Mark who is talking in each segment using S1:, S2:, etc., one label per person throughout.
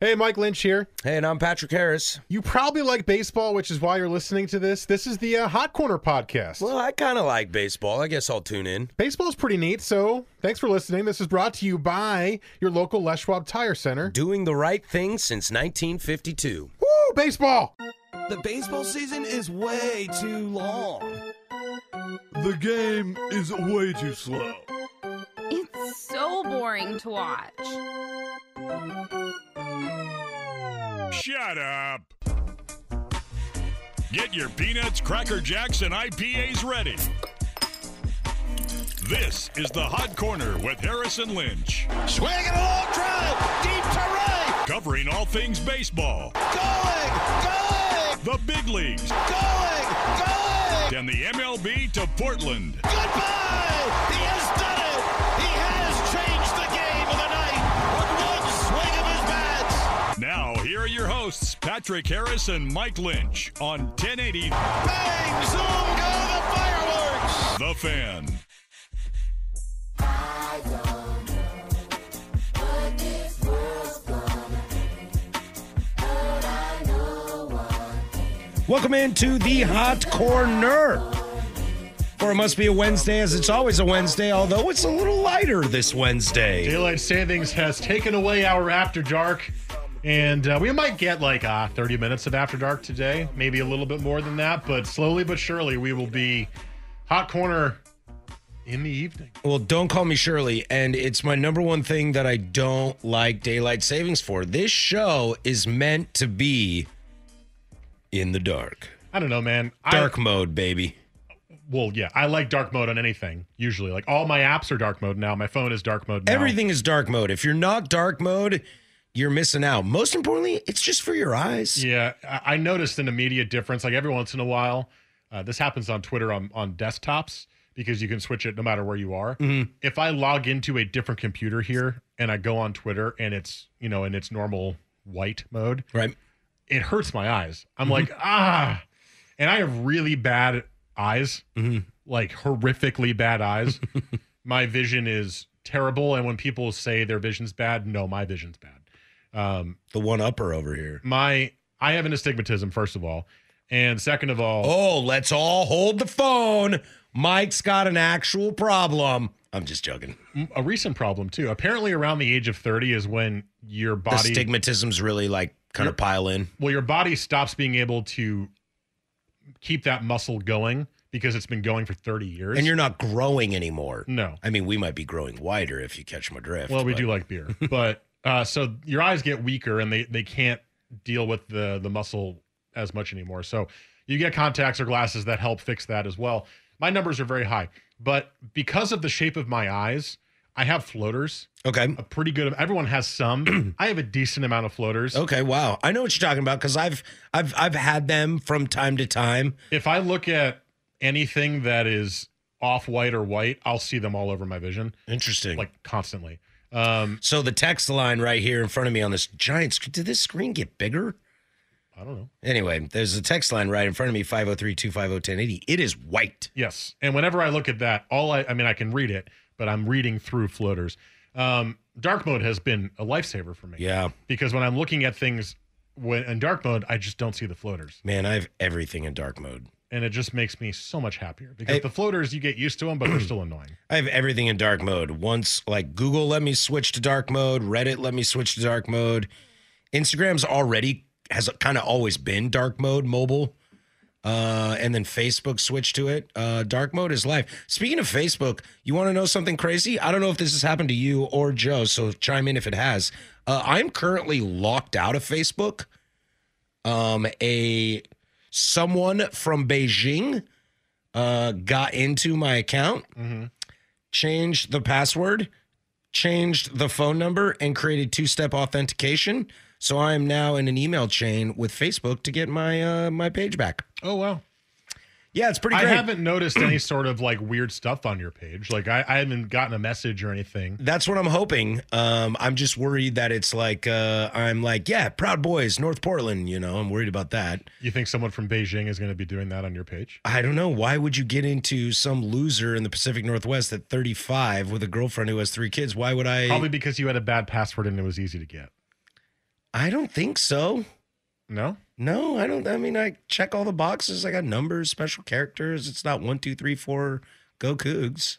S1: Hey, Mike Lynch here.
S2: Hey, and I'm Patrick Harris.
S1: You probably like baseball, which is why you're listening to this. This is the uh, Hot Corner podcast.
S2: Well, I kind of like baseball. I guess I'll tune in.
S1: Baseball's pretty neat, so thanks for listening. This is brought to you by your local Les Schwab Tire Center.
S2: Doing the right thing since 1952.
S1: Woo, baseball!
S3: The baseball season is way too long. The game is way too slow.
S4: It's so boring to watch.
S5: Shut up. Get your peanuts, cracker jacks, and IPAs ready. This is the Hot Corner with Harrison Lynch,
S6: Swing and a long drive, deep to right,
S5: covering all things baseball,
S6: going, going,
S5: the big leagues,
S6: going, going.
S5: and the MLB to Portland.
S6: Goodbye. He has done it. He has changed the game of the night with one swing of his bat.
S5: Now, here are your hosts, Patrick Harris and Mike Lynch on 1080
S6: Bang, zoom, go the fireworks.
S5: The Fan.
S2: Welcome into the Hot Corner. Or it must be a Wednesday, as it's always a Wednesday, although it's a little lighter this Wednesday.
S1: Daylight Savings has taken away our After Dark, and uh, we might get like uh, 30 minutes of After Dark today, maybe a little bit more than that, but slowly but surely we will be Hot Corner in the evening.
S2: Well, don't call me Shirley, and it's my number one thing that I don't like daylight savings for. This show is meant to be in the dark.
S1: I don't know, man.
S2: Dark
S1: I,
S2: mode, baby.
S1: well, yeah, I like dark mode on anything, usually. Like all my apps are dark mode now. My phone is dark mode now.
S2: Everything is dark mode. If you're not dark mode, you're missing out. Most importantly, it's just for your eyes.
S1: Yeah, I I noticed an immediate difference. Like every once in a while, uh, this happens on Twitter on on desktops because you can switch it no matter where you are. If I log into a different computer here and I go on Twitter and it's you know in its normal white mode,
S2: Right?
S1: it hurts my eyes. I'm
S2: Mm-hmm.
S1: like ah, and I have really bad eyes,
S2: Mm-hmm.
S1: like horrifically bad eyes. my vision is terrible, and when people say their vision's bad, no, my vision's bad. Um,
S2: The one upper over here.
S1: my I have an astigmatism first of all, and second of all,
S2: Oh, let's all hold the phone. Mike's got an actual problem. I'm just joking.
S1: a recent problem too. Apparently, around the age of thirty is when your
S2: The
S1: body,
S2: stigmatisms really like kind of pile in.
S1: well, your body stops being able to keep that muscle going because it's been going for thirty years.
S2: And you're not growing anymore.
S1: no,
S2: I mean, we might be growing wider if you catch my drift.
S1: well, we
S2: but-
S1: do like beer, but uh, so your eyes get weaker and they they can't deal with the the muscle as much anymore. So you get contacts or glasses that help fix that as well. My numbers are very high, but because of the shape of my eyes, I have floaters.
S2: Okay.
S1: A pretty good. Everyone has some. I have a decent amount of floaters.
S2: Okay. Wow. I know what you're talking about because I've I've I've had them from time to time.
S1: if I look at anything that is off white or white, I'll see them all over my vision,
S2: Interesting.
S1: like constantly. Um,
S2: so the text line right here in front of me on this giant screen. Did this screen get bigger?
S1: I don't know.
S2: Anyway, there's a text line right in front of me, 503-250-1080. It is white.
S1: Yes, and whenever I look at that, all I, I mean, I can read it, but I'm reading through floaters. Um, dark mode has been a lifesaver for me.
S2: Yeah.
S1: because when I'm looking at things when in dark mode, I just don't see the floaters,
S2: Man, I have everything in dark mode.
S1: and it just makes me so much happier because
S2: Hey.
S1: the floaters you get used to them, but they're still annoying.
S2: I have everything in dark mode. Once, like Google let me switch to dark mode, Reddit let me switch to dark mode, Instagram's already has kind of always been dark mode mobile. Uh, and then Facebook switched to it. Uh, dark mode is live. Speaking of Facebook, you want to know something crazy? I don't know if this has happened to you or Joe, so chime in if it has. Uh, I'm currently locked out of Facebook. Um, a someone from Beijing uh got into my account, changed the password, changed the phone number, and created two-step authentication. So I am now in an email chain with Facebook to get my uh, my page back.
S1: Oh wow.
S2: Yeah, it's pretty
S1: I
S2: great.
S1: haven't noticed any sort of like weird stuff on your page. Like I, I haven't gotten a message or anything.
S2: That's what I'm hoping. Um, I'm just worried that it's like uh, I'm like, yeah, Proud Boys, North Portland. You know, I'm worried about that.
S1: You think someone from Beijing is going to be doing that on your page?
S2: I don't know. Why would you get into some loser in the Pacific Northwest at 35 with a girlfriend who has three kids? Why would I?
S1: Probably because you had a bad password and it was easy to get.
S2: I don't think so.
S1: No?
S2: No, I don't. I mean, I check all the boxes. I got numbers, special characters. It's not one, two, three, four. Go Cougs.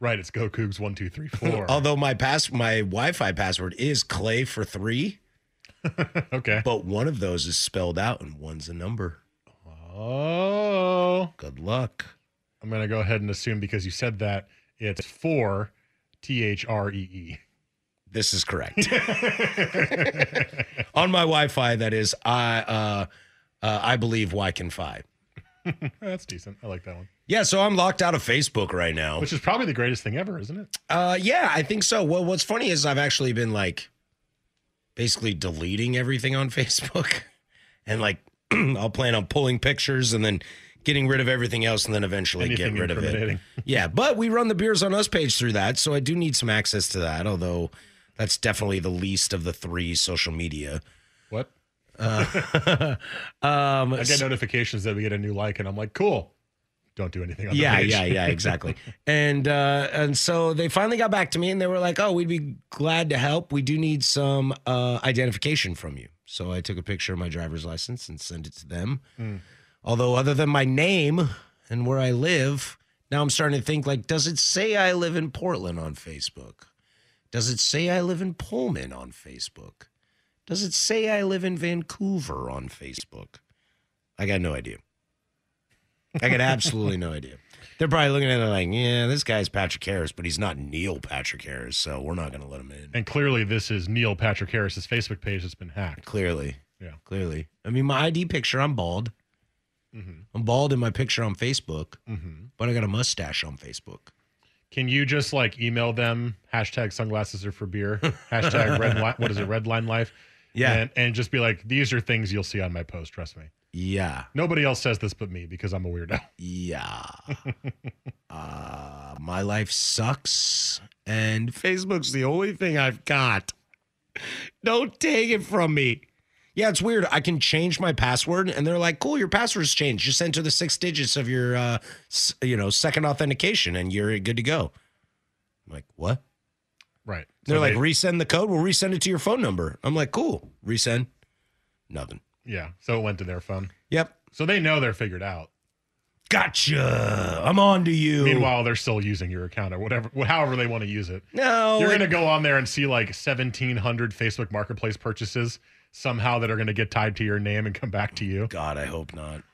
S1: Right, it's go Cougs one, two, three, four.
S2: Although my pass, my Wi-Fi password is Clay for three,
S1: okay.
S2: but one of those is spelled out and one's a number.
S1: Oh.
S2: Good luck.
S1: I'm going to go ahead and assume because you said that it's four T H R E E.
S2: This is correct. On my Wi-Fi, that is, I uh, uh, I believe Y can fi.
S1: That's decent. I like that one.
S2: Yeah, so I'm locked out of Facebook right now.
S1: Which is probably the greatest thing ever, isn't it?
S2: Uh, yeah, I think so. Well, what's funny is I've actually been like, basically deleting everything on Facebook, and like I'll plan on pulling pictures and then getting rid of everything else, and then eventually
S1: Anything
S2: get rid of it.
S1: incriminating.
S2: Yeah, but we run the beers on us page through that, so I do need some access to that. Although that's definitely the least of the three social media.
S1: What?
S2: Um,
S1: I get notifications that we get a new like, and I'm like, cool. Don't do anything on the
S2: yeah
S1: page.
S2: yeah yeah exactly and uh and so they finally got back to me and they were like oh we'd be glad to help we do need some uh identification from you so i took a picture of my driver's license and sent it to them
S1: Hmm.
S2: although other than my name and where i live now i'm starting to think like does it say i live in portland on facebook does it say i live in pullman on facebook does it say i live in vancouver on facebook i got no idea I got absolutely no idea. They're probably looking at it like, yeah, this guy's Patrick Harris, but he's not Neil Patrick Harris, so we're not going to let him in.
S1: And clearly, this is Neil Patrick Harris's Facebook page that's been hacked.
S2: Clearly.
S1: Yeah.
S2: Clearly. I mean, my ID picture, I'm bald. I'm bald in my picture on Facebook,
S7: Mm-hmm.
S2: but I got a mustache on Facebook.
S1: Can you just like email them hashtag sunglasses are for beer hashtag red li- what is it red line life
S2: Yeah.
S1: and, and just be like these are things you'll see on my post trust me
S2: Yeah.
S1: nobody else says this but me because I'm a weirdo
S2: Yeah. uh, my life sucks, and Facebook's the only thing I've got. Don't take it from me. Yeah, it's weird. I can change my password, and they're like, "Cool, your password's changed. Just enter the six digits of your, uh, s- you know, second authentication, and you're good to go." I'm like, "What?"
S1: right
S2: They're
S1: So
S2: like,
S1: they-
S2: "Resend the code. We'll resend it to your phone number." I'm like, "Cool, resend." Nothing.
S1: yeah so it went to their phone
S2: Yep.
S1: so they know they're figured out
S2: Gotcha. I'm on to you.
S1: meanwhile they're still using your account or whatever wh- however they want to use it
S2: no,
S1: you're
S2: it-
S1: gonna go on there and see like 1700 Facebook marketplace purchases somehow that are gonna get tied to your name and come back to you
S2: God, I hope not.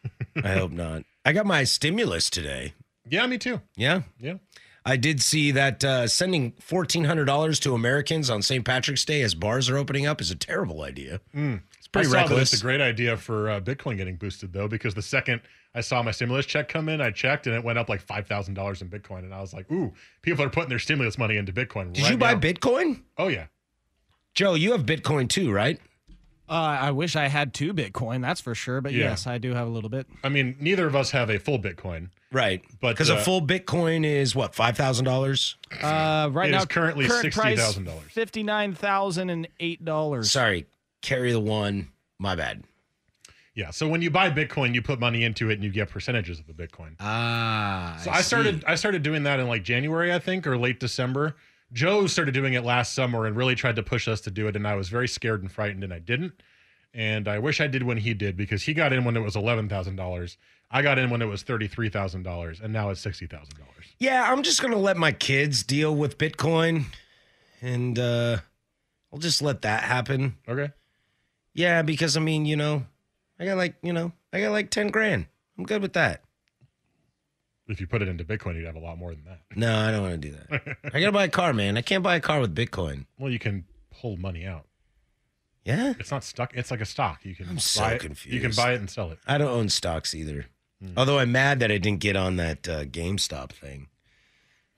S2: I hope not. I got my stimulus today.
S1: yeah me too
S2: Yeah.
S1: yeah
S2: I did see that uh, sending $1,400 to Americans on St. Patrick's Day as bars are opening up is a terrible idea. It's pretty
S1: Mm. I saw that
S2: reckless.
S1: It's a great idea for uh, Bitcoin getting boosted though, because the second I saw my stimulus check come in, I checked and it went up like five thousand dollars in Bitcoin, and I was like, "Ooh, people are putting their stimulus money into Bitcoin."
S2: did
S1: right
S2: you buy
S1: now.
S2: Bitcoin?
S1: Oh yeah,
S2: Joe, you have Bitcoin too, right?
S8: Uh, I wish I had two Bitcoin, that's for sure. But
S1: Yeah.
S8: yes, I do have a little bit.
S1: I mean, neither of us have a full Bitcoin.
S2: Right.
S1: But,
S2: Because
S1: uh,
S2: a full Bitcoin is what, $5,000?
S8: Uh, right
S1: It
S8: now,
S1: is currently
S8: current price,
S1: $60,000.
S8: $59,008.
S2: Sorry, carry the one. My bad.
S1: Yeah, so when you buy Bitcoin, you put money into it and you get percentages of the Bitcoin.
S2: Ah.
S1: So I,
S2: see.
S1: started I started doing that in like January, I think, or late December. Joe started doing it last summer and really tried to push us to do it, and I was very scared and frightened, and I didn't. And I wish I did when he did because he got in when it was eleven thousand dollars. I got in when it was thirty three thousand dollars, and now it's sixty thousand dollars.
S2: Yeah, I'm just gonna let my kids deal with Bitcoin, and uh, I'll just let that happen.
S1: Okay,
S2: Yeah, because I mean, you know, I got like, you know, I got like 10 grand. I'm good with that.
S1: If you put it into Bitcoin, you'd have a lot more than that.
S2: No, I don't want to do that. I got to buy a car, man. I can't buy a car with Bitcoin.
S1: Well, you can pull money out.
S2: Yeah.
S1: It's not stuck. It's like a stock. You can
S2: I'm
S1: buy
S2: so
S1: it. You can
S2: confused.
S1: buy it and sell it.
S2: I don't own stocks either. Although I'm mad that I didn't get on that uh, GameStop thing.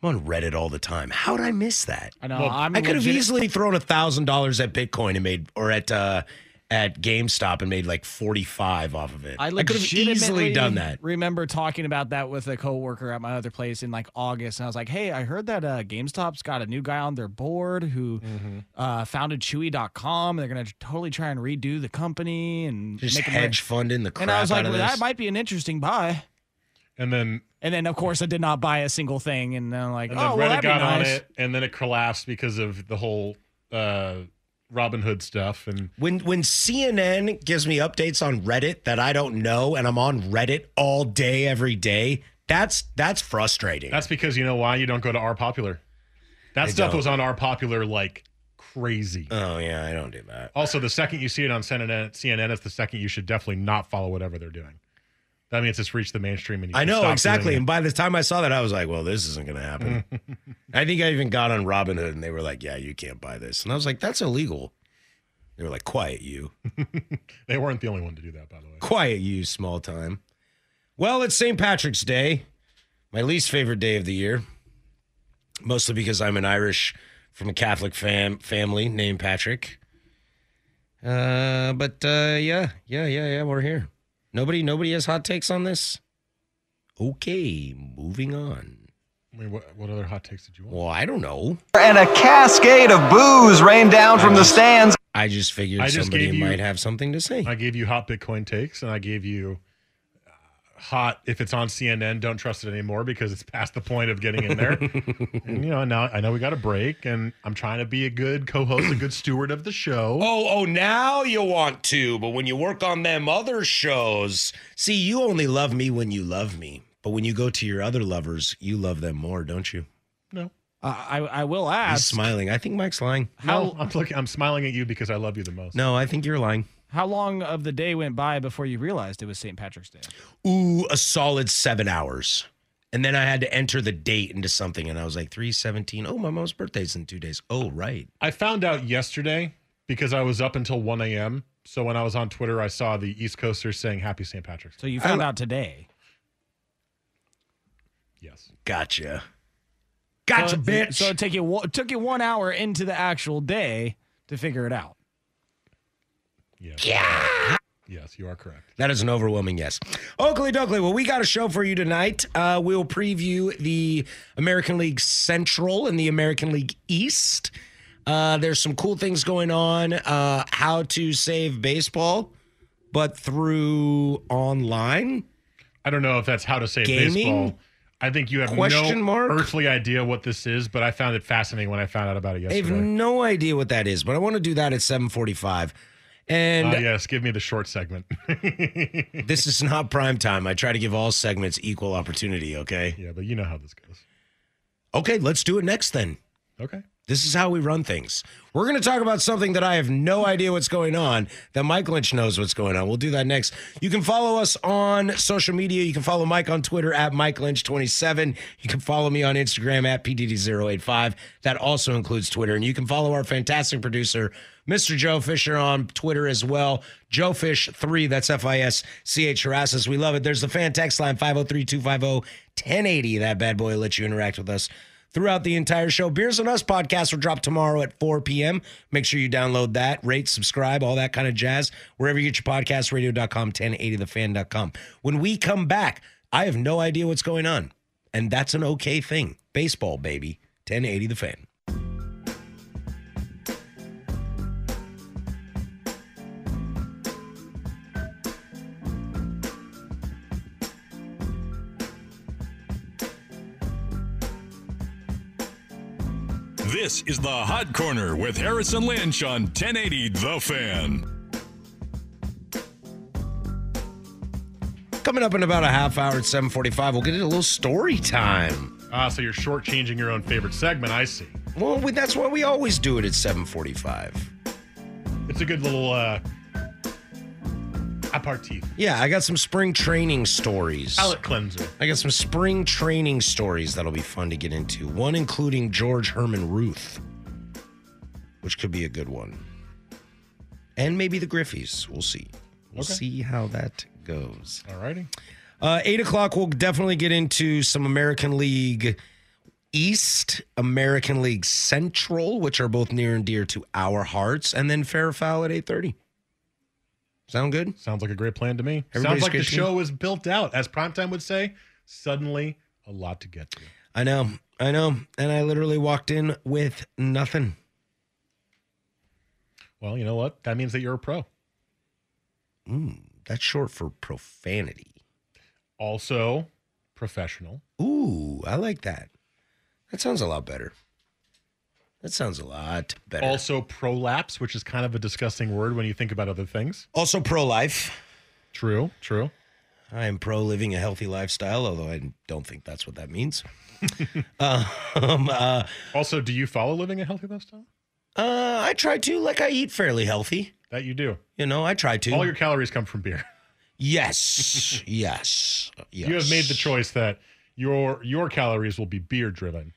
S2: I'm on Reddit all the time. How'd I miss that?
S8: I know. I'm
S2: I could have
S8: legit-
S2: easily thrown a thousand dollars at Bitcoin and made, or at uh, at GameStop and made like forty five off of it.
S8: I,
S2: could have easily
S8: legitimately
S2: done that.
S8: Remember talking about that with a coworker at my other place in like August, and I was like, "Hey, I heard that uh, GameStop's got a new guy on their board who
S1: Mm-hmm.
S8: uh, founded Chewy.com. They're gonna totally try and redo the company and
S2: Just
S8: make 'em
S2: hedge
S8: rich."
S2: funding the crap
S8: And I was like,
S2: out of
S8: "Well,
S2: this.
S8: that might be an interesting buy."
S1: And then
S8: And then, of course, I did not buy a single thing. And then I'm like,
S1: and then
S8: "Oh,
S1: Reddit
S8: well, that'd be
S1: got on
S8: nice."
S1: it, and then it collapsed because of the whole uh, Robin Hood stuff. And
S2: When when CNN gives me updates on Reddit that I don't know, and I'm on Reddit all day every day, that's that's frustrating.
S1: that's because you know why you don't go to R Popular. That
S2: I
S1: stuff
S2: don't.
S1: was on R Popular like crazy.
S2: oh yeah, I don't do that.
S1: Also, the second you see it on CNN, CNN, it's the second you should definitely not follow whatever they're doing. That means it's reached the mainstream, and you
S2: I
S1: should
S2: know
S1: stop
S2: exactly.
S1: doing
S2: And
S1: it.
S2: by the time I saw that, I was like, "Well, this isn't going to happen." I think I even got on Robinhood, and they were like, "Yeah, you can't buy this," and I was like, "That's illegal." They were like, "Quiet you,
S1: They weren't the only one to do that, by the way.
S2: quiet you, small time." Well, it's St. Patrick's Day, my least favorite day of the year, mostly because I'm an Irish from a Catholic fam- family named Patrick. Uh, but uh, yeah, yeah, yeah, yeah, we're here. Nobody, nobody has hot takes on this. Okay, moving on.
S1: I mean, what, what other hot takes did you want?
S2: Well, I don't know.
S9: And a cascade of boos rained down from the stands.
S2: I just figured
S1: I just
S2: somebody
S1: gave you-
S2: might have something to say.
S1: I gave you hot Bitcoin takes, and I gave you uh, hot. If it's on CNN, don't trust it anymore because it's past the point of getting in there. and you know, now I know we got a break, and I'm trying to be a good co-host, a good steward of the show.
S2: oh, oh, now you want to, but when you work on them other shows, see, you only love me when you love me. But when you go to your other lovers, you love them more, don't you?
S1: No,
S8: Uh, I I will
S2: He's
S8: ask
S2: smiling. I think Mike's lying.
S8: how
S1: no, I'm looking. I'm smiling at you because I love you the most.
S2: No, I think you're lying.
S8: how long of the day went by before you realized it was St. Patrick's Day.
S2: Ooh, a solid seven hours. And then I had to enter the date into something, and I was like, 317. Oh, my mom's birthday's in two days. Oh, right.
S1: I found out yesterday because I was up until 1 a.m. So when I was on Twitter, I saw the East Coasters saying Happy St. Patrick's.
S8: So you found out today.
S1: Yes.
S2: Gotcha. Gotcha,
S8: so,
S2: bitch.
S8: So it took you one- it took you one hour into the actual day to figure it out.
S1: Yes.
S2: yeah.
S1: Yes, you are correct.
S2: That is an overwhelming yes. Oakley Doakley, well, we got a show for you tonight. Uh, we'll preview the American League Central and the American League East. Uh, there's some cool things going on. Uh, how to save baseball, but through online.
S1: I don't know if that's how to say
S2: Gaming?
S1: baseball. I think you have
S2: Question
S1: no
S2: mark?
S1: earthly idea what this is, but I found it fascinating when I found out about it
S2: I have
S1: yesterday.
S2: no idea what that is, but I want to do that at 7:45. And
S1: Ah, yes, give me the short segment. yeah,
S2: this is not prime time. I try to give all segments equal opportunity. Okay.
S1: but you know how this goes.
S2: Okay, let's do it next then.
S1: Okay.
S2: This is how we run things. We're going to talk about something that I have no idea what's going on, that Mike Lynch knows what's going on. We'll do that next. You can follow us on social media. You can follow Mike on Twitter at Mike Lynch27. You can follow me on Instagram at PDD085. That also includes Twitter. And you can follow our fantastic producer, Mr. Joe Fisher, on Twitter as well. Joe Fish3, that's F I S C H harasses. We love it. There's the fan text line 503 250 1080. That bad boy lets you interact with us throughout the entire show. Beers and Us podcast will drop tomorrow at 4 p.m. Make sure you download that, rate, subscribe, all that kind of jazz, wherever you get your podcast, radio.com, 1080thefan.com. When we come back, I have no idea what's going on. And that's an okay thing. Baseball, baby. 1080 the fan.
S5: This is the Hot Corner with Harrison Lynch on 1080 The Fan.
S2: Coming up in about a half hour at 745, we'll get into a little story time.
S1: Ah, so you're shortchanging your own favorite segment. I see.
S2: Well, we, that's why we always do it at 745.
S1: It's a good little uh, aperitif.
S2: Yeah, I got some spring training stories.
S1: Palate cleanser.
S2: I got some spring training stories that'll be fun to get into. One including George Herman Ruth, which could be a good one. And maybe the Griffies. We'll see. We'll
S1: Okay.
S2: see how that goes.
S1: All righty.
S2: Uh, eight o'clock, we'll definitely get into some American League East, American League Central, which are both near and dear to our hearts, and then fair or foul at eight thirty. Sound good?
S1: Sounds like a great plan to me.
S2: Everybody's
S1: Sounds like the
S2: great to me.
S1: show is built out, as Primetime would say. Suddenly, a lot to get to.
S2: I know, I know, and I literally walked in with nothing.
S1: Well, you know what? That means that you're a pro.
S2: Mm, that's short for profanity.
S1: Also, professional.
S2: Ooh, I like that. That sounds a lot better. That sounds a lot better. Also,
S1: Also, prolapse, which is kind of a disgusting word when you think about other things.
S2: also pro life.
S1: True. True.
S2: I am pro living a healthy lifestyle, although I don't think that's what that means. uh, um, uh,
S1: Also, do you follow living a healthy lifestyle?
S2: uh, I try to, like, I eat fairly healthy.
S1: That you do.
S2: You know, I try to.
S1: All your calories come from beer.
S2: yes, yes, yes.
S1: You have made the choice that your your calories will be beer driven.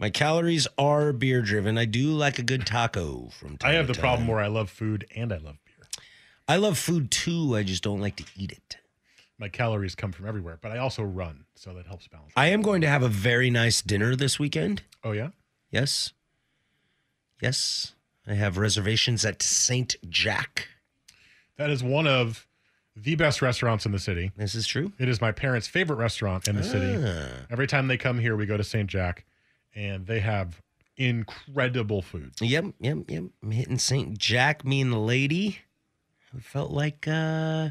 S2: My calories are beer driven. I do like a good taco from time
S1: I have
S2: to
S1: the problem
S2: time.
S1: where I love food and I love beer.
S2: I love food too. I just don't like to eat it.
S1: My calories come from everywhere, but I also run, so that helps balance.
S2: I am going to have a very nice dinner this weekend.
S1: Oh yeah,
S2: Yes. Yes. I have reservations at St. Jack.
S1: that is one of the best restaurants in the city.
S2: This is true.
S1: It is my parents' favorite restaurant in the city.
S2: Ah.
S1: Every time they come here, we go to St. Jack, and they have incredible food.
S2: Yep, yep, yep. I'm hitting St. Jack, me and the lady. It felt like uh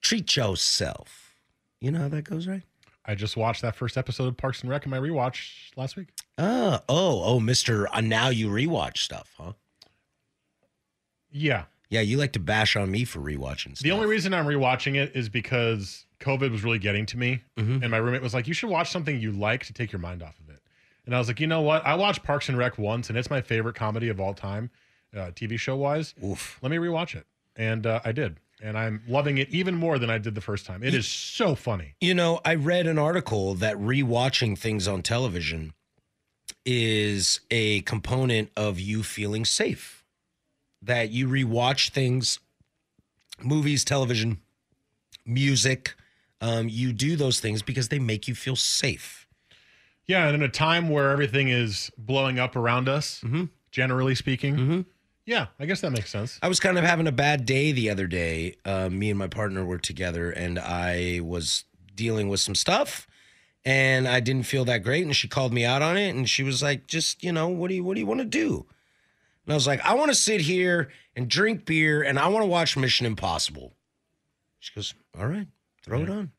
S2: treat yourself. You know how that goes, right?
S1: I just watched that first episode of Parks and Rec in my rewatch last week.
S2: Oh, oh, oh, Mr. Uh, now you rewatch stuff, huh?
S1: Yeah,
S2: Yeah, you like to bash on me for rewatching stuff.
S1: The only reason I'm rewatching it is because COVID was really getting to me,
S2: Mhm.
S1: and my roommate was like, "You should watch something you like to take your mind off of it." And I was like, "You know what? I watched Parks and Rec once, and it's my favorite comedy of all time, uh, TV show wise.
S2: Oof.
S1: Let me rewatch it." And uh, I did, and I'm loving it even more than I did the first time. It is so funny.
S2: You know, I read an article that rewatching things on television is a component of you feeling safe. That you rewatch things, movies, television, music, um, you do those things because they make you feel safe.
S1: Yeah, and in a time where everything is blowing up around us,
S2: Mhm.
S1: generally speaking,
S2: Mm-hmm.
S1: yeah, I guess that makes sense.
S2: I was kind of having a bad day the other day. Uh, me and my partner were together, and I was dealing with some stuff, and I didn't feel that great. And she called me out on it, and she was like, "Just you know, what do you what do you want to do?" And I was like, "I want to sit here and drink beer, and I want to watch Mission Impossible." She goes, "All right, throw it on."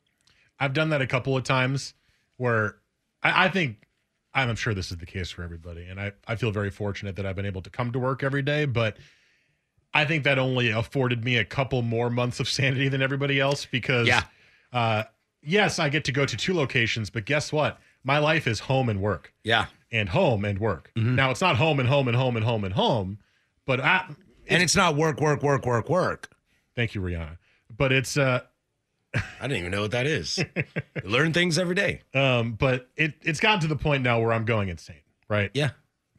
S1: I've done that a couple of times where I, I think I'm sure this is the case for everybody. And I, I feel very fortunate that I've been able to come to work every day, but I think that only afforded me a couple more months of sanity than everybody else because
S2: Yeah.
S1: uh yes, I get to go to two locations, but guess what? My life is home and work
S2: Yeah,
S1: and home and work.
S2: Mm-hmm.
S1: Now it's not home and home and home and home and home, but I
S2: and it's not work, work, work, work, work.
S1: thank you, Rihanna. But it's uh
S2: I didn't even know what that is. You Learn things every day.
S1: um but it it's gotten to the point now where I'm going insane, right?
S2: Yeah,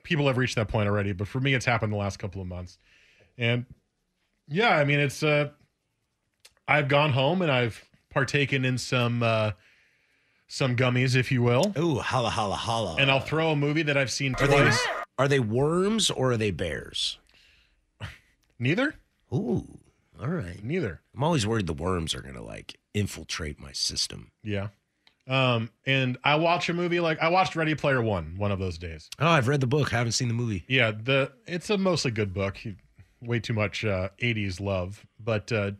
S1: people have reached that point already, but for me, it's happened the last couple of months. And yeah, I mean, it's uh, I've gone home and I've partaken in some uh, some gummies, if you will,
S2: Ooh, holla, holla, holla.
S1: and I'll throw a movie that I've seen
S2: are they
S1: twice.
S2: are they worms or are they bears?
S1: Neither,
S2: Ooh, all right.
S1: neither.
S2: I'm always worried the worms are gonna like infiltrate my system.
S1: Yeah. Um, and I watch a movie like I watched Ready Player One one of those days.
S2: Oh, I've read the book, haven't seen the movie.
S1: Yeah, the it's a mostly good book. You- Way too much uh, '80s love, but uh,
S2: Generally,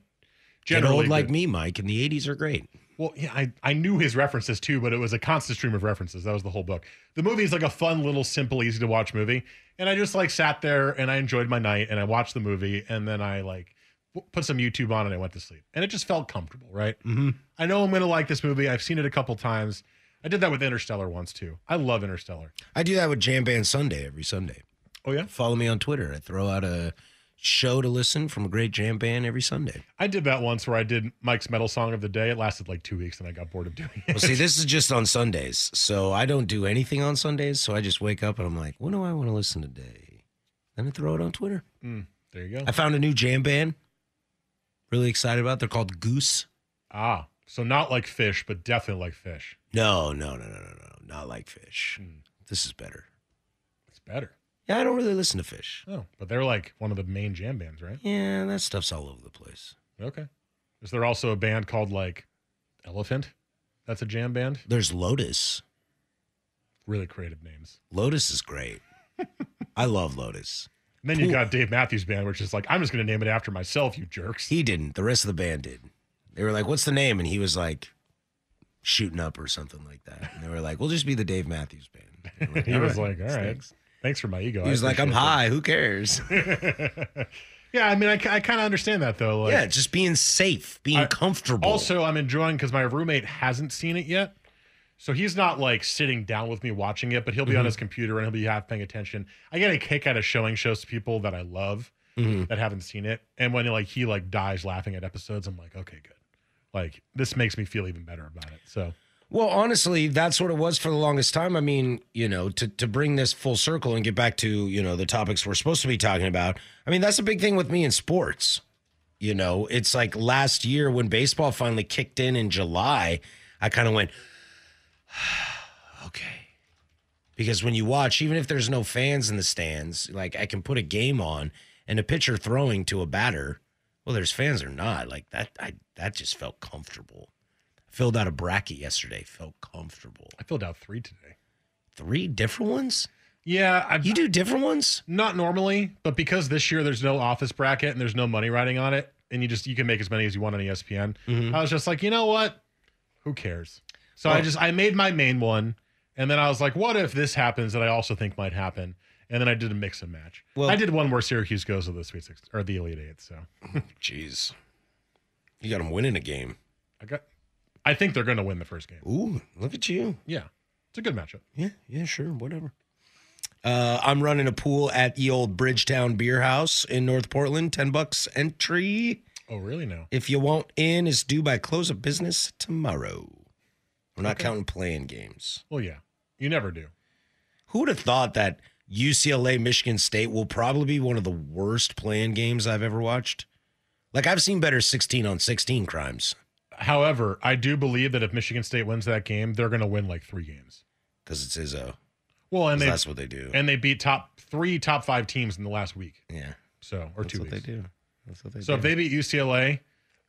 S1: generally
S2: old like
S1: good.
S2: me, Mike, and the '80s are great.
S1: Well, yeah, I, I knew his references too, but it was a constant stream of references. That was the whole book. The movie is like a fun, little, simple, easy to watch movie. And I just like sat there and I enjoyed my night and I watched the movie and then I like w- put some YouTube on and I went to sleep. And it just felt comfortable, right?
S2: Mm-hmm.
S1: I know I'm going to like this movie. I've seen it a couple times. I did that with Interstellar once too. I love Interstellar.
S2: I do that with Jam Band Sunday every Sunday.
S1: Oh, yeah?
S2: Follow me on Twitter. I throw out a show to listen from a great jam band every Sunday.
S1: I did that once where I did Mike's metal song of the day. It lasted like two weeks and I got bored of doing it.
S2: Well, see, this is just on Sundays, so I don't do anything on Sundays. So I just wake up and I'm like, what do I want to listen today? Then I throw it on Twitter.
S1: Mm, there you go.
S2: I found a new jam band. Really excited about. They're called Goose.
S1: ah, so not like fish, but definitely like fish.
S2: No, no, no, no, no, no, not like Fish. This is better.
S1: Hmm. It's better.
S2: Yeah, I don't really listen to Fish.
S1: Oh, but they're like one of the main jam bands, right?
S2: Yeah, that stuff's all over the place.
S1: Okay. Is there also a band called like Elephant? That's a jam band.
S2: There's Lotus.
S1: Really creative names.
S2: Lotus is great. I love Lotus.
S1: And then you got Dave Matthews Band, which is like, I'm just going to name it after myself, you jerks.
S2: He didn't. The rest of the band did. They were like, "What's the name?" and he was like, "Shooting up" or something like that. And they were like, "We'll just be the Dave Matthews Band." And we're
S1: he
S2: "All
S1: was
S2: right,
S1: like, all right,
S2: thanks."
S1: thanks, for my ego.
S2: He
S1: I
S2: was like, "I'm
S1: appreciate
S2: high. Who cares?"
S1: it." yeah, I mean, I, kind of understand that though. Like,
S2: yeah, just being safe, being
S1: I-
S2: comfortable.
S1: Also, I'm enjoying because my roommate hasn't seen it yet. So he's not like sitting down with me watching it, but he'll be on
S2: Mhm.
S1: his computer and he'll be half paying attention. I get a kick out of showing shows to people that I love
S2: Mhm.
S1: that haven't seen it. And when like he like dies laughing at episodes, I'm like, okay, good. Like this makes me feel even better about it. So
S2: Well, honestly, that's what it was for the longest time. I mean, you know, to, to bring this full circle and get back to, you know, the topics we're supposed to be talking about. I mean, that's a big thing with me in sports. You know, it's like last year when baseball finally kicked in in July, I kind of went, okay. Because when you watch, even if there's no fans in the stands, like I can put a game on and a pitcher throwing to a batter, well, there's fans or not. Like that, I, that just felt comfortable filled out a bracket yesterday. Felt comfortable.
S1: I filled out three today.
S2: Three different ones?
S1: Yeah, I,
S2: You do different ones?
S1: not normally, but because this year there's no office bracket and there's no money riding on it, and you just you can make as many as you want on E ESPN. I was just like, you know what? Who cares? So I
S2: Mm-hmm. Well-
S1: just I made my main one, and then I was like, what if this happens that I also think might happen? And then I did a mix and match.
S2: Well-
S1: I did one where Syracuse goes to the Sweet Six or the Elite Eight. So
S2: Jeez. You got them winning a game.
S1: I got, I think they're going to win the first game.
S2: Ooh, look at you.
S1: Yeah, it's a good matchup.
S2: Yeah, yeah, sure, whatever. Uh, I'm running a pool at the old Bridgetown Beer House in North Portland. 10 bucks entry.
S1: Oh, really? No.
S2: If you want in, it's due by close of business tomorrow. We're not counting playing games.
S1: Well, yeah, you never do.
S2: Who would have thought that UCLA Michigan State will probably be one of the worst playing games I've ever watched? Like I've seen better 16 on 16 crimes
S1: However, I do believe that if Michigan State wins that game, they're going to win like three games.
S2: because it's Izzo.
S1: Well,
S2: 'Cause
S1: and they
S2: that's what they do.
S1: and they beat top three top five teams in the last week
S2: yeah,
S1: so or
S2: that's
S1: two
S2: what
S1: weeks
S2: they do. That's what they
S1: so
S2: do.
S1: if they beat ucla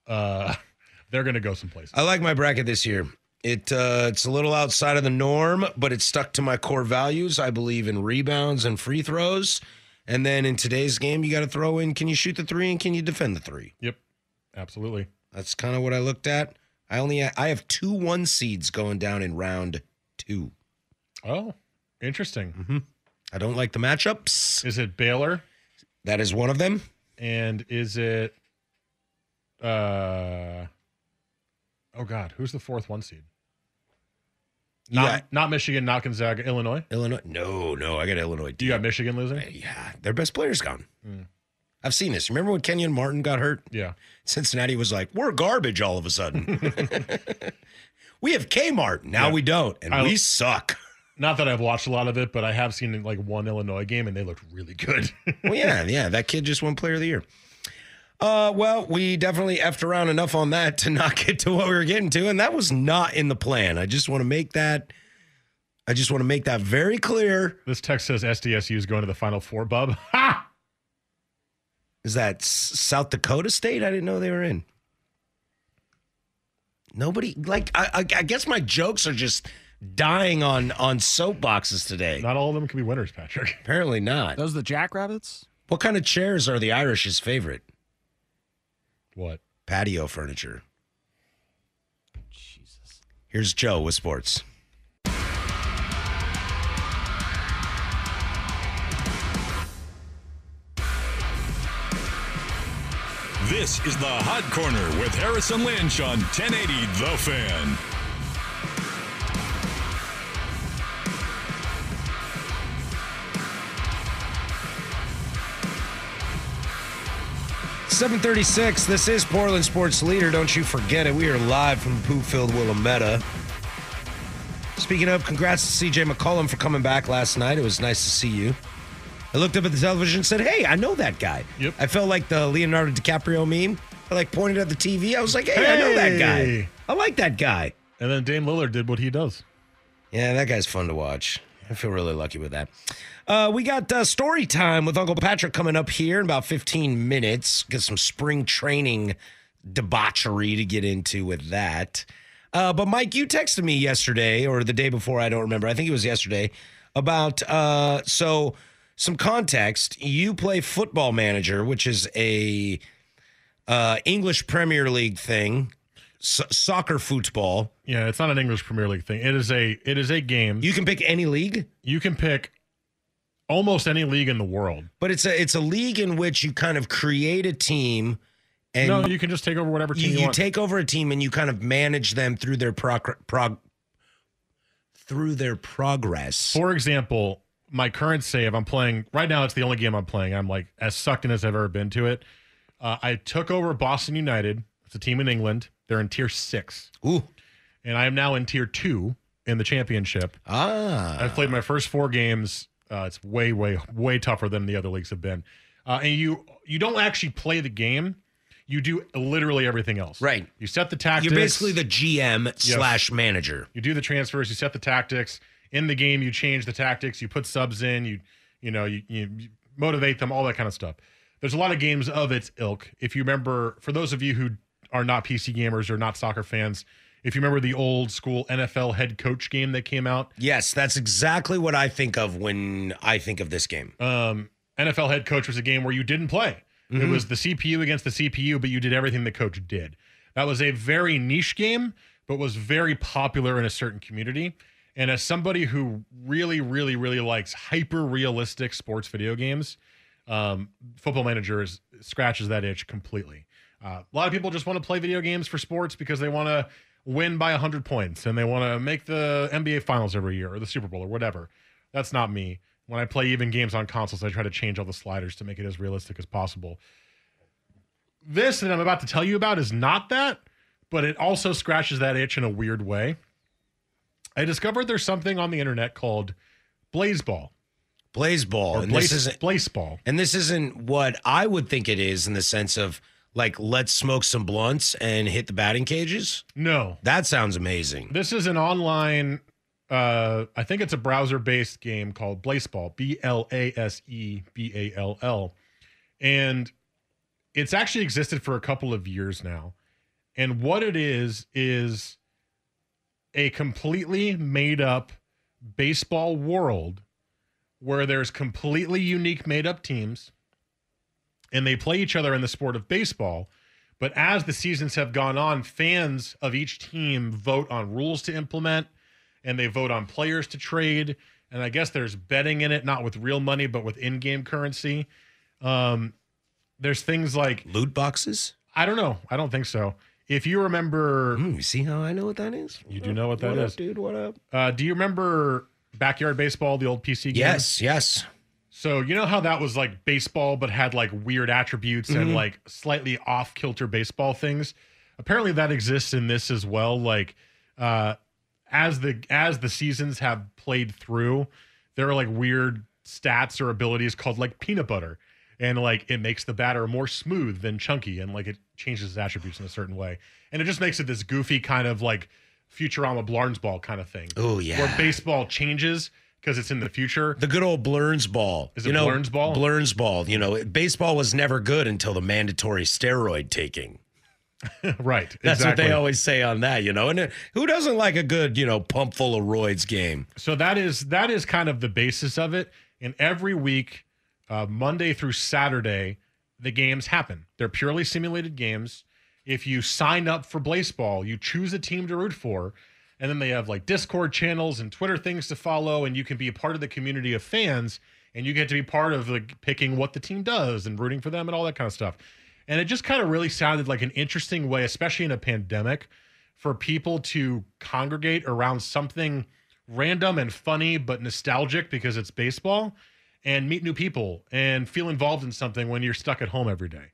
S1: uh they're gonna go someplace
S2: I like my bracket this year. It uh, it's a little outside of the norm, but it stuck to my core values. I believe in rebounds and free throws. And then in today's game, you got to throw in: can you shoot the three and can you defend the three?
S1: yep absolutely
S2: That's kind of what I looked at. I only I have two one seeds going down in round two.
S1: oh interesting
S2: I don't like the matchups.
S1: is it baylor
S2: That is one of them.
S1: and is it uh oh god who's the fourth one seed not
S2: Yeah.
S1: not michigan not gonzaga illinois
S2: Illinois. No, no, I got Illinois.
S1: you got Hmm. michigan losing
S2: Yeah, their best player's gone. I've seen this. Remember when Kenyon Martin got hurt?
S1: yeah
S2: Cincinnati was like, we're garbage all of a sudden. we have Kmart. Now
S1: Yeah.
S2: we don't. And
S1: I-
S2: we suck.
S1: not that i've watched a lot of it but i have seen like one illinois game and they looked really good
S2: well, yeah, yeah. That kid just won player of the year. Uh, well, we definitely effed around enough on that to not get to what we were getting to, and that was not in the plan. I just want to make that. I just want to make that very clear.
S1: This text says SDSU is going to the Final Four, bub. Ha!
S2: Is that S- South Dakota State? I didn't know they were in. Nobody like I, I, I guess my jokes are just dying on on soapboxes today.
S1: Not all of them can be winners, Patrick.
S2: Apparently not.
S8: Those are the Jackrabbits?
S2: What kind of chairs are the Irish's favorite?
S1: What?
S2: Patio furniture.
S8: Jesus.
S2: Here's Joe with sports.
S5: This is the Hot Corner with Harrison Lynch on 1080 The Fan.
S2: 736. This is Portland Sports Leader. Don't you forget it. We are live from Poopfield, Willamette. Speaking of, congrats to CJ McCollum for coming back last night. It was nice to see you. I looked up at the television and said, Hey, I know that guy. Yep. I felt like the Leonardo DiCaprio meme. I like pointed at the TV. I was like, Hey, I know that guy.
S7: Hey.
S2: I like that guy.
S7: And then Dame Lillard did what he does.
S2: Yeah, that guy's fun to watch. I feel really lucky with that. Uh, we got uh, story time with Uncle Patrick coming up here in about 15 minutes. Got some spring training debauchery to get into with that. Uh, but Mike, you texted me yesterday or the day before, I don't remember. I think it was yesterday about uh, so some context. You play Football Manager, which is a uh, English Premier League thing, so- soccer football.
S7: Yeah, it's not an English Premier League thing. It is a it is a game.
S2: You can pick any league.
S7: You can pick almost any league in the world.
S2: But it's a it's a league in which you kind of create a team, and
S7: no, you can just take over whatever
S2: you,
S7: team you,
S2: you
S7: want.
S2: take over a team and you kind of manage them through their prog- prog- through their progress.
S7: For example, my current save, I'm playing right now. It's the only game I'm playing. I'm like as sucked in as I've ever been to it. Uh, I took over Boston United. It's a team in England. They're in tier six.
S2: Ooh.
S7: And I am now in tier two in the championship.
S2: Ah.
S7: I've played my first four games. Uh, it's way, way, way tougher than the other leagues have been. Uh, and you you don't actually play the game. You do literally everything else.
S2: Right.
S7: You set the tactics.
S2: You're basically the GM slash manager.
S7: You do the transfers, you set the tactics. In the game, you change the tactics, you put subs in, you you know, you, you you motivate them, all that kind of stuff. There's a lot of games of its ilk. If you remember, for those of you who are not PC gamers or not soccer fans, if you remember the old school NFL head coach game that came out,
S2: Yes, that's exactly what I think of when I think of this game.
S7: um, NFL head coach was a game where you didn't play. It
S2: Mhm.
S7: was the CPU against the CPU, but you did everything the coach did. That was a very niche game, but was very popular in a certain community. And as somebody who really, really, really likes hyper realistic sports video games, um, Football Manager is, scratches that itch completely. Uh, a lot of people just want to play video games for sports because they want to win by 100 points and they want to make the NBA Finals every year or the Super Bowl or whatever. That's not me. When I play even games on consoles, I try to change all the sliders to make it as realistic as possible. This that I'm about to tell you about is not that, but it also scratches that itch in a weird way. I discovered there's something on the internet called Blazeball.
S2: Blazeball.
S7: Or
S2: And
S7: Blaze,
S2: this isn't
S7: Blazeball.
S2: and this isn't what I would think it is in the sense of like let's smoke some blunts and hit the batting cages.
S7: No.
S2: That sounds amazing.
S7: This is an online. Uh, I think it's a browser-based game called Blaseball. B L A S E B A L L, and it's actually existed for a couple of years now. And what it is is a completely made-up baseball world where there's completely unique made-up teams, and they play each other in the sport of baseball. But as the seasons have gone on, fans of each team vote on rules to implement and they vote on players to trade. And I guess there's betting in it, not with real money, but with in game currency. Um, there's things like,
S2: Loot boxes?
S7: I don't know. I don't think so. If you remember,
S2: Ooh, Hmm, you see how I know what that is?
S7: you do know what that
S2: What
S7: is.
S2: up, dude? What up?
S7: Uh, do you remember Backyard Baseball, the old PC game?
S2: Yes, yes.
S7: So you know how that was like baseball, but had like weird attributes and
S2: Mhm.
S7: like slightly off kilter baseball things. Apparently, that exists in this as well. Like uh, as the as the seasons have played through, there are like weird stats or abilities called like peanut butter, and like it makes the batter more smooth than chunky, and like it changes its attributes in a certain way, and it just makes it this goofy kind of like Futurama Blarnes Ball kind of thing.
S2: Oh
S7: Where
S2: yeah.
S7: baseball changes because it's in the future.
S2: The good old Blurns ball.
S7: Is
S2: you
S7: it
S2: know,
S7: Blurns ball?
S2: Blurns ball. You know, it- baseball was never good until the mandatory steroid taking.
S7: right.
S2: That's
S7: exactly.
S2: what they always say on that, you know. And it, who doesn't like a good, you know, pump full of roids game?
S7: so that is that is kind of the basis of it and every week uh, monday through saturday the games happen they're purely simulated games if you sign up for baseball you choose a team to root for and then they have like discord channels and twitter things to follow and you can be a part of the community of fans and you get to be part of like picking what the team does and rooting for them and all that kind of stuff and it just kind of really sounded like an interesting way especially in a pandemic for people to congregate around something random and funny but nostalgic because it's baseball and meet new people and feel involved in something when you're stuck at home every day.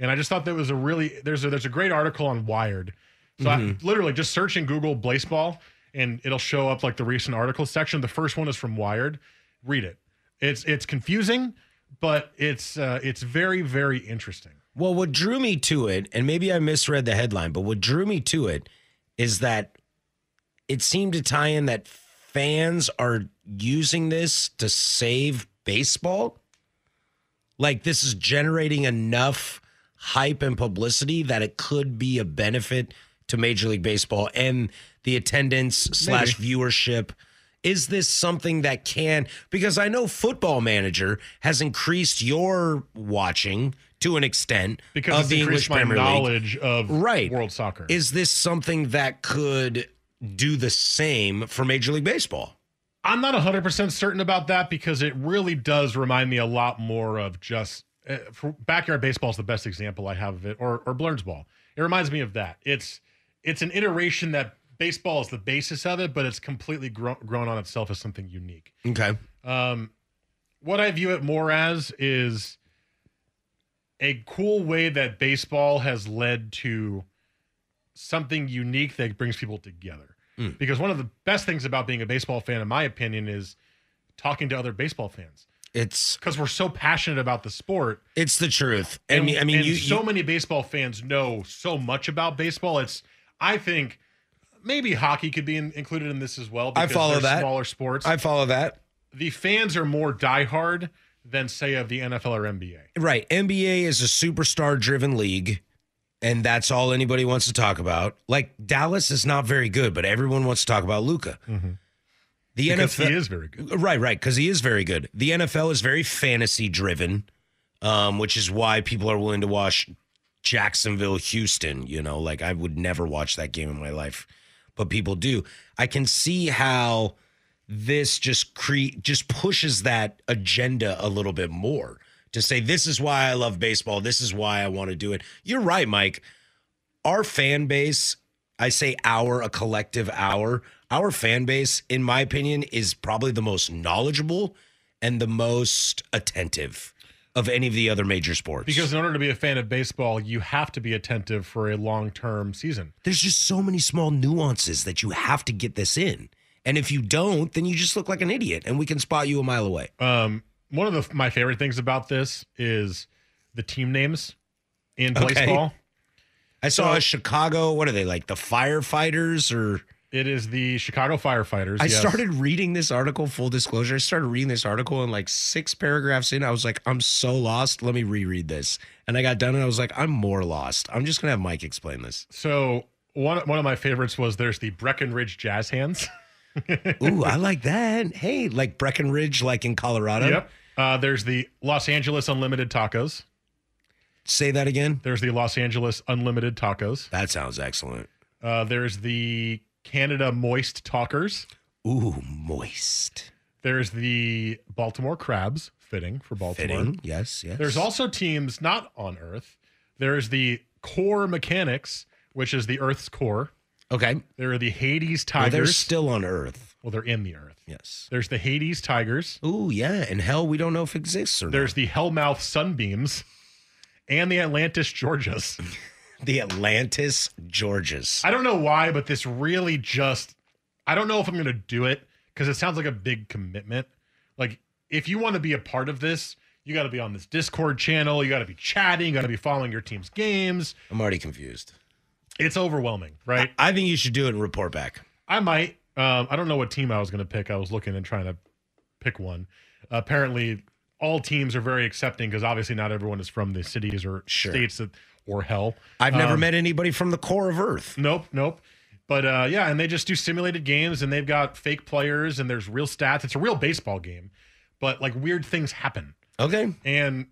S1: And I just thought that was a really there's a there's a great article on Wired. So
S2: Mhm.
S1: I literally just search in Google baseball and it'll show up like the recent articles section. The first one is from Wired. Read it. It's it's confusing, but it's uh, it's very very interesting.
S2: Well, what drew me to it, and maybe I misread the headline, but what drew me to it is that it seemed to tie in that fans are using this to save baseball. Like this is generating enough hype and publicity that it could be a benefit to Major League Baseball and the attendance slash viewership. Is this something that can? Because I know Football Manager has increased your watching to an extent
S1: Because
S2: of
S1: it's
S2: the English
S1: increased my
S2: Premier League.
S1: knowledge of
S2: Right.
S1: world soccer.
S2: Is this something that could do the same for Major League Baseball?
S1: I'm not 100% certain about that because it really does remind me a lot more of just uh, for backyard baseball is the best example I have of it or or Blurns ball. It reminds me of that. It's it's an iteration that baseball is the basis of it, but it's completely gro- grown on itself as something unique.
S2: Okay.
S1: Um, what I view it more as is a cool way that baseball has led to something unique that brings people together.
S6: Mm.
S1: Because one of the best things about being a baseball fan, in my opinion, is talking to other baseball fans.
S2: It's
S1: because we're so passionate about the sport.
S2: It's the truth. I mean, I mean,
S1: and
S2: you,
S1: so
S2: you-
S1: many baseball fans know so much about baseball. It's, I think, maybe hockey could be in, included in this as well.
S2: I
S1: because
S2: follow
S1: they're
S2: that.
S1: Smaller sports.
S2: I follow that.
S1: the fans are more diehard than say of the NFL or NBA.
S2: Right. NBA is a superstar driven league, and that's all anybody wants to talk about. Like Dallas is not very good, but everyone wants to talk about Luca. The
S1: Mm-hmm. Because
S2: NFL
S1: he is very good.
S2: Right, right, because he is very good. The NFL is very fantasy driven, um, which is why people are willing to watch Jacksonville, Houston. You know, like I would never watch that game in my life, but people do. I can see how this just cre- just pushes that agenda a little bit more to say this is why I love baseball. This is why I want to do it. You're right, Mike our fan base, I say our, a collective our, our fan base, in my opinion, is probably the most knowledgeable and the most attentive of any of the other major sports.
S1: Because in order to be a fan of baseball, you have to be attentive for a long term season.
S2: there's just so many small nuances that you have to get this in. And if you don't, then you just look like an idiot and we can spot you a mile away.
S1: Um, one of the, my favorite things about this is the team names in
S2: Okay.
S1: baseball.
S2: I saw a Chicago, what are they like, the firefighters or
S1: It is the Chicago firefighters.
S2: I
S1: yes.
S2: started reading this article, full disclosure. I started reading this article, and like six paragraphs in, I was like, I'm so lost. Let me reread this. And I got done, and I was like, I'm more lost. I'm just going to have Mike explain this.
S1: So one one of my favorites was there's the Breckenridge Jazz Hands.
S2: Ooh, I like that. Hey, like Breckenridge, like in Colorado.
S1: Yep. Uh, there's the Los Angeles Unlimited Tacos.
S2: Say that again.
S1: There's the Los Angeles Unlimited Tacos.
S2: That sounds excellent.
S1: Uh, there's the Canada Moist Talkers.
S2: Ooh, moist.
S1: There's the Baltimore Crabs, fitting for Baltimore.
S2: Fitting. Yes, yes.
S1: There's also teams not on Earth. There's the Core Mechanics, which is the Earth's core.
S2: Okay.
S1: There are the Hades
S2: Well,
S1: Tigers.
S2: they're still on Earth.
S1: Well, they're in the Earth.
S2: Yes.
S1: There's the Hades Tigers.
S2: Ooh, yeah. And hell, we don't know if it exists or
S1: There's the Hellmouth Sunbeams, and the Atlantis Georgias.
S2: not. The Atlantis, Georges.
S1: I don't know why, but this really just I don't know if I'm going to do it because it sounds like a big commitment. Like if you want to be a part of this, you got to be on this Discord channel, you got to be chatting, you got to be following your team's games.
S2: I'm already confused.
S1: It's overwhelming, right?
S2: I think you should do it and report back.
S1: I might um I don't know what team I was going to pick. I was looking and trying to pick one. apparently all teams are very accepting because obviously not everyone is from the cities or
S2: Sure.
S1: states that or hell.
S2: I've never
S1: Um,
S2: met anybody from the core of Earth.
S1: Nope, nope. But uh, yeah, and they just do simulated games, and they've got fake players, and there's real stats. It's a real baseball game, but like weird things happen,
S2: Okay.
S1: and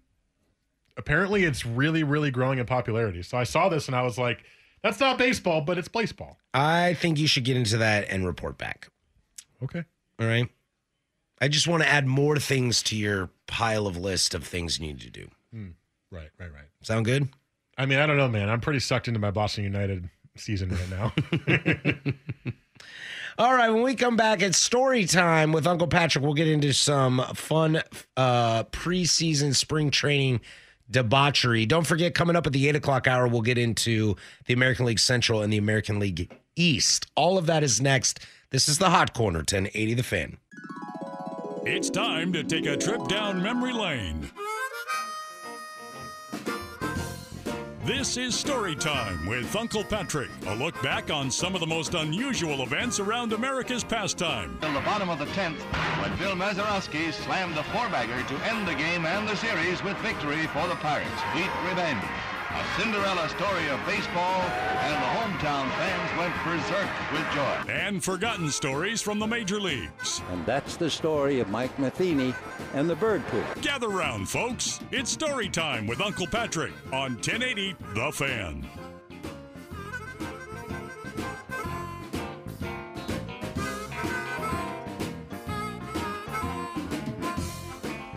S1: apparently it's really, really growing in popularity. So I saw this, and I was like, "That's not baseball, but it's baseball."
S2: I think you should get into that and report back.
S1: Okay.
S2: All right. I just want to add more things to your pile of list of things you need to do.
S1: Right, right, right.
S2: Sound good?
S1: I mean, I don't know, man. I'm pretty sucked into my Boston United season right now.
S2: All right. When we come back, it's story time with Uncle Patrick. We'll get into some fun uh, preseason spring training debauchery. Don't forget, coming up at the eight o'clock hour, we'll get into the American League Central and the American League East. All of that is next. This is the Hot Corner 1080 The Fan.
S5: It's time to take a trip down memory lane. This is Story Time with Uncle Patrick, a look back on some of the most unusual events around America's pastime.
S10: In the bottom of the 10th, when Bill Mazeroski slammed the four-bagger to end the game and the series with victory for the Pirates. Sweet revenge. A Cinderella story of baseball, and the hometown fans went berserk with joy.
S5: And forgotten stories from the major leagues.
S11: And that's the story of Mike Matheny and the Bird Pool.
S5: Gather round, folks. It's story time with Uncle Patrick on 1080 The Fan.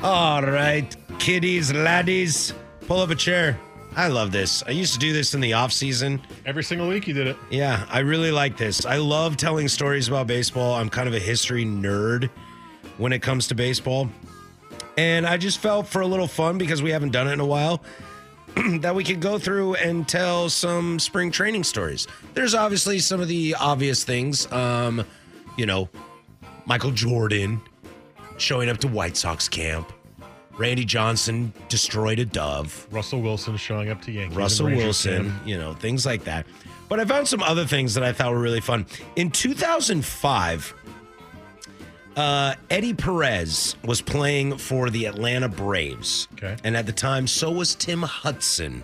S2: All right, kiddies, laddies, pull up a chair. I love this. I used to do this in the off season.
S1: Every single week you did it.
S2: Yeah, I really like this. I love telling stories about baseball. I'm kind of a history nerd when it comes to baseball. And I just felt for a little fun because we haven't done it in a while that we could go through and tell some spring training stories. There's obviously some of the obvious things. Um, you know, Michael Jordan showing up to White Sox camp. Randy Johnson destroyed a dove.
S1: Russell Wilson showing up to Yankees.
S2: Russell
S1: and Rangers
S2: Wilson,
S1: game.
S2: you know, things like that. But I found some other things that I thought were really fun. In 2005, uh, Eddie Perez was playing for the Atlanta Braves.
S1: Okay.
S2: And at the time, so was Tim Hudson.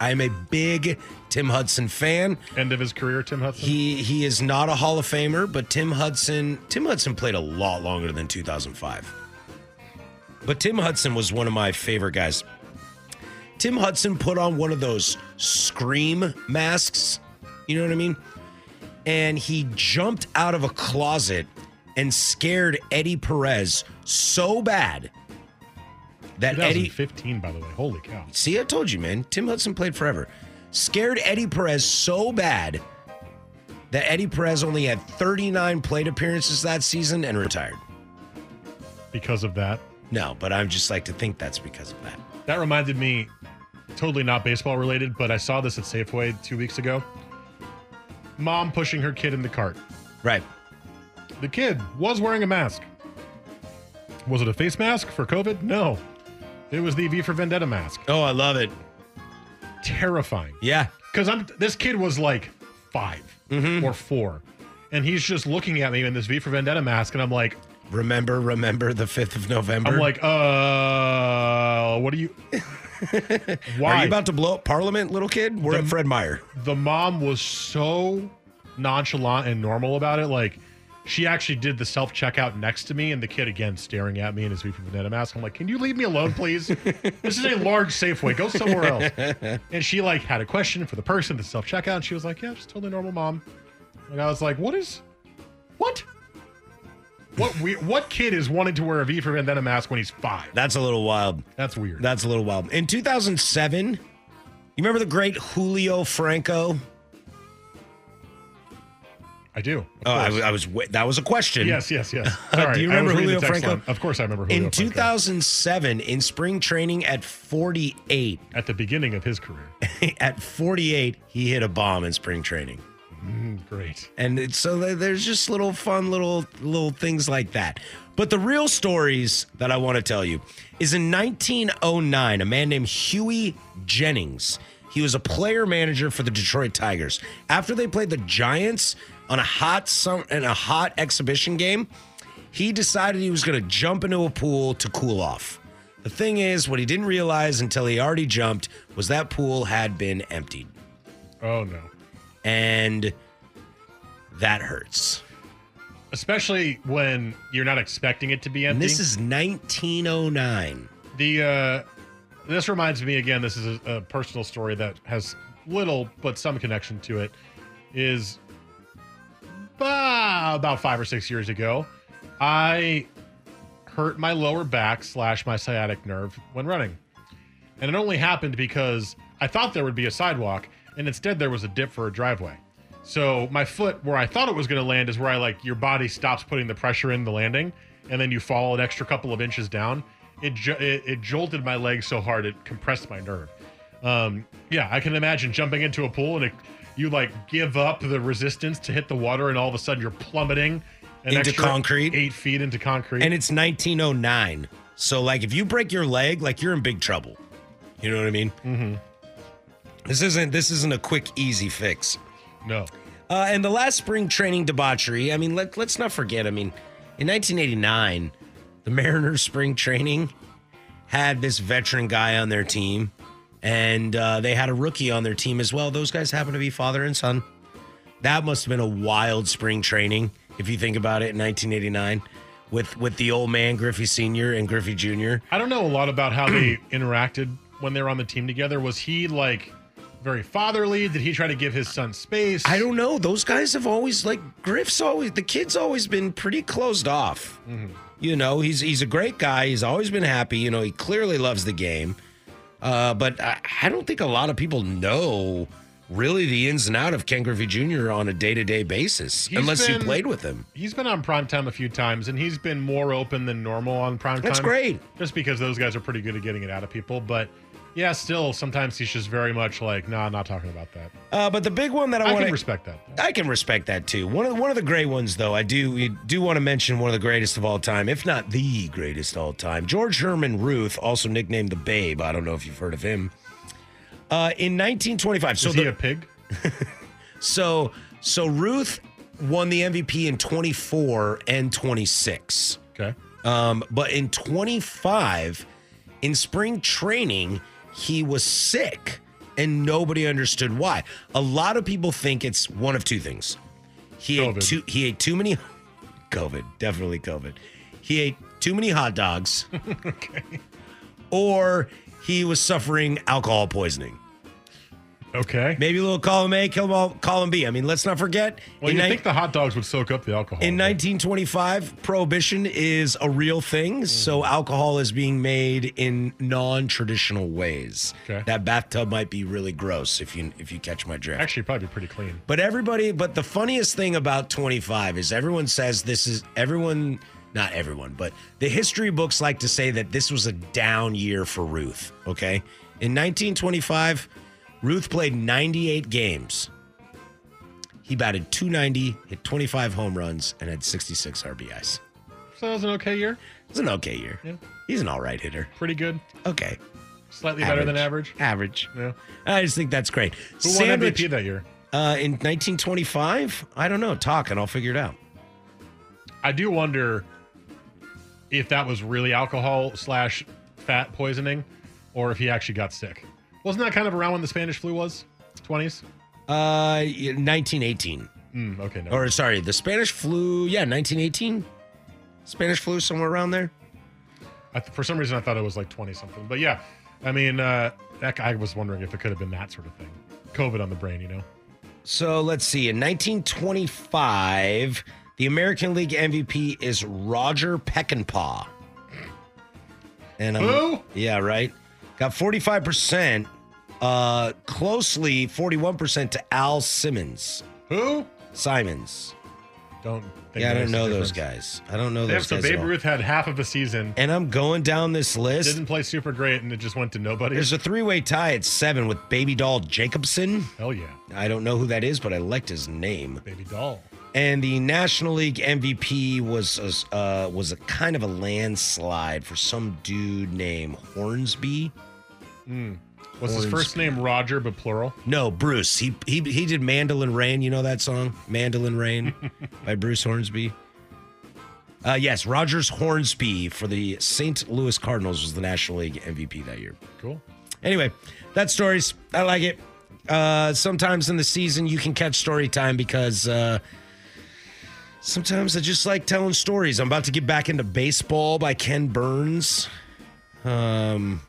S2: I am a big Tim Hudson fan.
S1: End of his career, Tim Hudson.
S2: He he is not a Hall of Famer, but Tim Hudson Tim Hudson played a lot longer than 2005. But Tim Hudson was one of my favorite guys. Tim Hudson put on one of those scream masks, you know what I mean? And he jumped out of a closet and scared Eddie Perez so bad that Eddie
S1: 2015, by the way. Holy cow.
S2: See, I told you, man. Tim Hudson played forever. Scared Eddie Perez so bad that Eddie Perez only had 39 plate appearances that season and retired.
S1: Because of that,
S2: No, but I just like to think that's because of that.
S1: That reminded me, totally not baseball related, but I saw this at Safeway two weeks ago. Mom pushing her kid in the cart.
S2: Right.
S1: The kid was wearing a mask. Was it a face mask for COVID? No. It was the V for Vendetta mask.
S2: Oh, I love it.
S1: Terrifying.
S2: Yeah.
S1: Because I'm this kid was like 5
S2: Mm-hmm.
S1: or four. And he's just looking at me in this V for Vendetta mask, and I'm like,
S2: Remember, remember the 5th of November?
S1: I'm like, uh, what are you?
S2: Are
S1: Why?
S2: you about to blow up Parliament, little kid? We're at Fred Meyer.
S1: the mom was so nonchalant and normal about it. Like, she actually did the self checkout next to me, and the kid again staring at me in his V for Vendetta mask. I'm like, can you leave me alone, please? this is a large Safeway. Go somewhere else. And she like had a question for the person at the self checkout, and she was like, yeah, just totally normal mom. And I was like, what is, what? What we, what kid is wanting to wear a V for Vendetta mask when he's five?
S2: That's a little wild.
S1: That's weird.
S2: That's a little wild. In 2007, you remember the great Julio Franco?
S1: I do. of
S2: Oh, I,
S1: course.
S2: I was. wa- That was a question.
S1: Yes, yes, yes. Sorry,
S2: Uh, Do you
S1: I was
S2: remember
S1: reading the
S2: Julio
S1: text
S2: Franco?
S1: line. Of course, I remember Julio
S2: In
S1: Franco.
S2: 2007, in spring training at 48,
S1: At the beginning of his career.
S2: at 48, he hit a bomb in spring training.
S1: Mm, great.
S2: And it's, so there- there's just little fun little little things like that. But the real stories that I want to tell you is in 1909, a man named Huey Jennings. He was a player manager for the Detroit Tigers. After they played the Giants on a hot summer in a hot exhibition game, he decided he was going to jump into a pool to cool off. The thing is, what he didn't realize until he already jumped was that pool had been emptied
S1: Oh no.
S2: and that hurts.
S1: Especially when you're not expecting it to be
S2: And
S1: empty.
S2: this is 1909.
S1: the uh this reminds me again, this is a, a personal story that has little but some connection to it. Is bah, about five or six years ago, I hurt my lower back slash my sciatic nerve when running. And it only happened because I thought there would be a sidewalk, and instead there was a dip for a driveway. So my foot, where I thought it was going to land, is where I like your body stops putting the pressure in the landing, and then you fall an extra couple of inches down. it, jo- it it jolted my leg so hard it compressed my nerve. Um, yeah, I can imagine jumping into a pool and it, you like give up the resistance to hit the water, and all of a sudden you're plummeting an
S2: Into
S1: extra
S2: concrete?
S1: eight feet into concrete.
S2: And it's 1909. So, like, if you break your leg, like, you're in big trouble. You know what I mean? Mm-hmm. This isn't this isn't a quick, easy fix.
S1: No.
S2: Uh, and the last spring training debauchery. I mean, let, let's not forget. I mean, in 1989, the Mariners spring training had this veteran guy on their team, and uh, they had a rookie on their team as well. Those guys happen to be father and son. That must have been a wild spring training if you think about it. In 1989, with with the old man Griffey Senior and Griffey Junior.
S1: I don't know a lot about how they interacted when they were on the team together. Was he like very fatherly? Did he try to give his son space?
S2: I don't know. Those guys have always like Griff's always the kid's always been pretty closed off. You know, he's he's a great guy. He's always been happy. You know, he clearly loves the game. Uh, but I, I don't think a lot of people know really the ins and out of Ken Griffey Jr. on a day to day basis,
S1: He's
S2: unless you
S1: been-
S2: played with him.
S1: He's been on primetime a few times, and he's been more open than normal on primetime.
S2: That's great.
S1: Just because those guys are pretty good at getting it out of people. But yeah, still, sometimes he's just very much like, nah, not talking about that.
S2: Uh, but the big one that I,
S1: I
S2: want
S1: can respect that.
S2: I can respect that too. One of the, one of the great ones, though, I do we do want to mention one of the greatest of all time, if not the greatest all time. George Herman Ruth, also nicknamed the Babe. I don't know if you've heard of him. Uh, in 1925, so
S1: Is he
S2: the-
S1: a pig?
S2: so so Ruth won the MVP in 24 and 26.
S1: Okay.
S2: Um, but in 25, in spring training, he was sick and nobody understood why. A lot of people think it's one of two things. He ate too he ate too many COVID, definitely COVID. He ate too many hot dogs. okay. Or he was suffering alcohol poisoning.
S1: Okay.
S2: Maybe a little column A, column, column B. I mean, let's not forget.
S1: Well,
S2: in
S1: you
S2: nine-
S1: think the hot dogs would soak up the alcohol.
S2: in 1925, prohibition is a real thing, so alcohol is being made in non-traditional ways.
S1: Okay.
S2: That bathtub might be really gross if you if you catch my drift.
S1: Actually, probably pretty clean.
S2: But everybody, but the funniest thing about 25 is everyone says this is everyone, not everyone, but the history books like to say that this was a down year for Ruth. Okay. In 1925, Ruth played 98 games. He batted 290, hit 25 home runs, and had 66 RBIs.
S1: So that was an okay year.
S2: It's an okay year.
S1: Yeah.
S2: He's an all right hitter.
S1: Pretty good.
S2: Okay.
S1: Slightly better than average.
S2: Average.
S1: Yeah.
S2: I just think that's great.
S1: Who won
S2: Sandwich-
S1: MVP that year?
S2: uh, in 1925? I don't know. Talk and I'll figure it out.
S1: I do wonder if that was really alcohol slash fat poisoning, or if he actually got sick. Wasn't that kind of around when the Spanish flu was? Twenties.
S2: Uh, yeah, 1918.
S1: Mm, okay. No.
S2: Or sorry, the Spanish flu. Yeah, 1918. Spanish flu somewhere around there.
S1: I th- for some reason, I thought it was like twenty something. But yeah, I mean, uh, that I was wondering if it could have been that sort of thing. COVID on the brain, you know.
S2: So let's see. In 1925, the American League MVP is Roger Peckinpah. And I'm-
S1: Who?
S2: Yeah, right. Got 45%, uh, closely 41% to Al Simmons.
S1: Who?
S2: Simons.
S1: Don't.
S2: yeah, I
S1: that
S2: don't
S1: makes a
S2: know those
S1: difference.
S2: guys. I don't know
S1: They have-
S2: those
S1: so
S2: guys. at
S1: Babe
S2: all.
S1: Ruth had half of a season,
S2: And I'm going down this list.
S1: didn't play super great, and it just went to nobody.
S2: There's a three way tie at seven with Baby Doll Jacobson.
S1: Hell yeah,
S2: I don't know who that is, but I liked his name.
S1: baby doll.
S2: And the National League MVP was a, uh, was a kind of a landslide for some dude named Hornsby.
S1: Mm. Was his first name Roger, but plural?
S2: No, Bruce. He he he did Mandolin Rain. You know that song, Mandolin Rain, by Bruce Hornsby. Uh, yes, Rogers Hornsby for the St. Louis Cardinals was the National League MVP that year.
S1: Cool.
S2: Anyway, that's stories. I like it. Uh, sometimes in the season, you can catch story time because uh, sometimes I just like telling stories. I'm about to get back into baseball by Ken Burns. Um,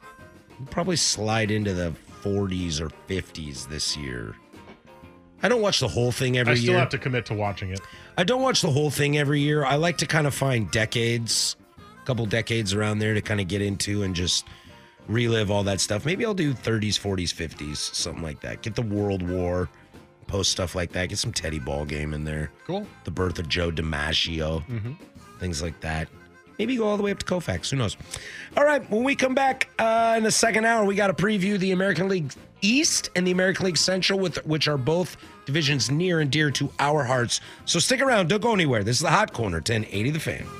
S2: we'll probably slide into the 40s or 50s this year. I don't watch the whole thing every
S1: I still
S2: year.
S1: have to commit to watching it.
S2: I don't watch the whole thing every year. I like to kind of find decades, a couple decades around there to kind of get into and just relive all that stuff. Maybe I'll do 30s, 40s, 50s, something like that. Get the World War, post stuff like that. Get some Teddy Ball game in there.
S1: Cool.
S2: The birth of Joe DiMaggio,
S1: Mhm.
S2: things like that. Maybe go all the way up to Kofax. Who knows? All right. When we come back uh, in the second hour, we got to preview the American League East and the American League Central, with which are both divisions near and dear to our hearts. So stick around. Don't go anywhere. This is the Hot Corner, 1080 The Fan.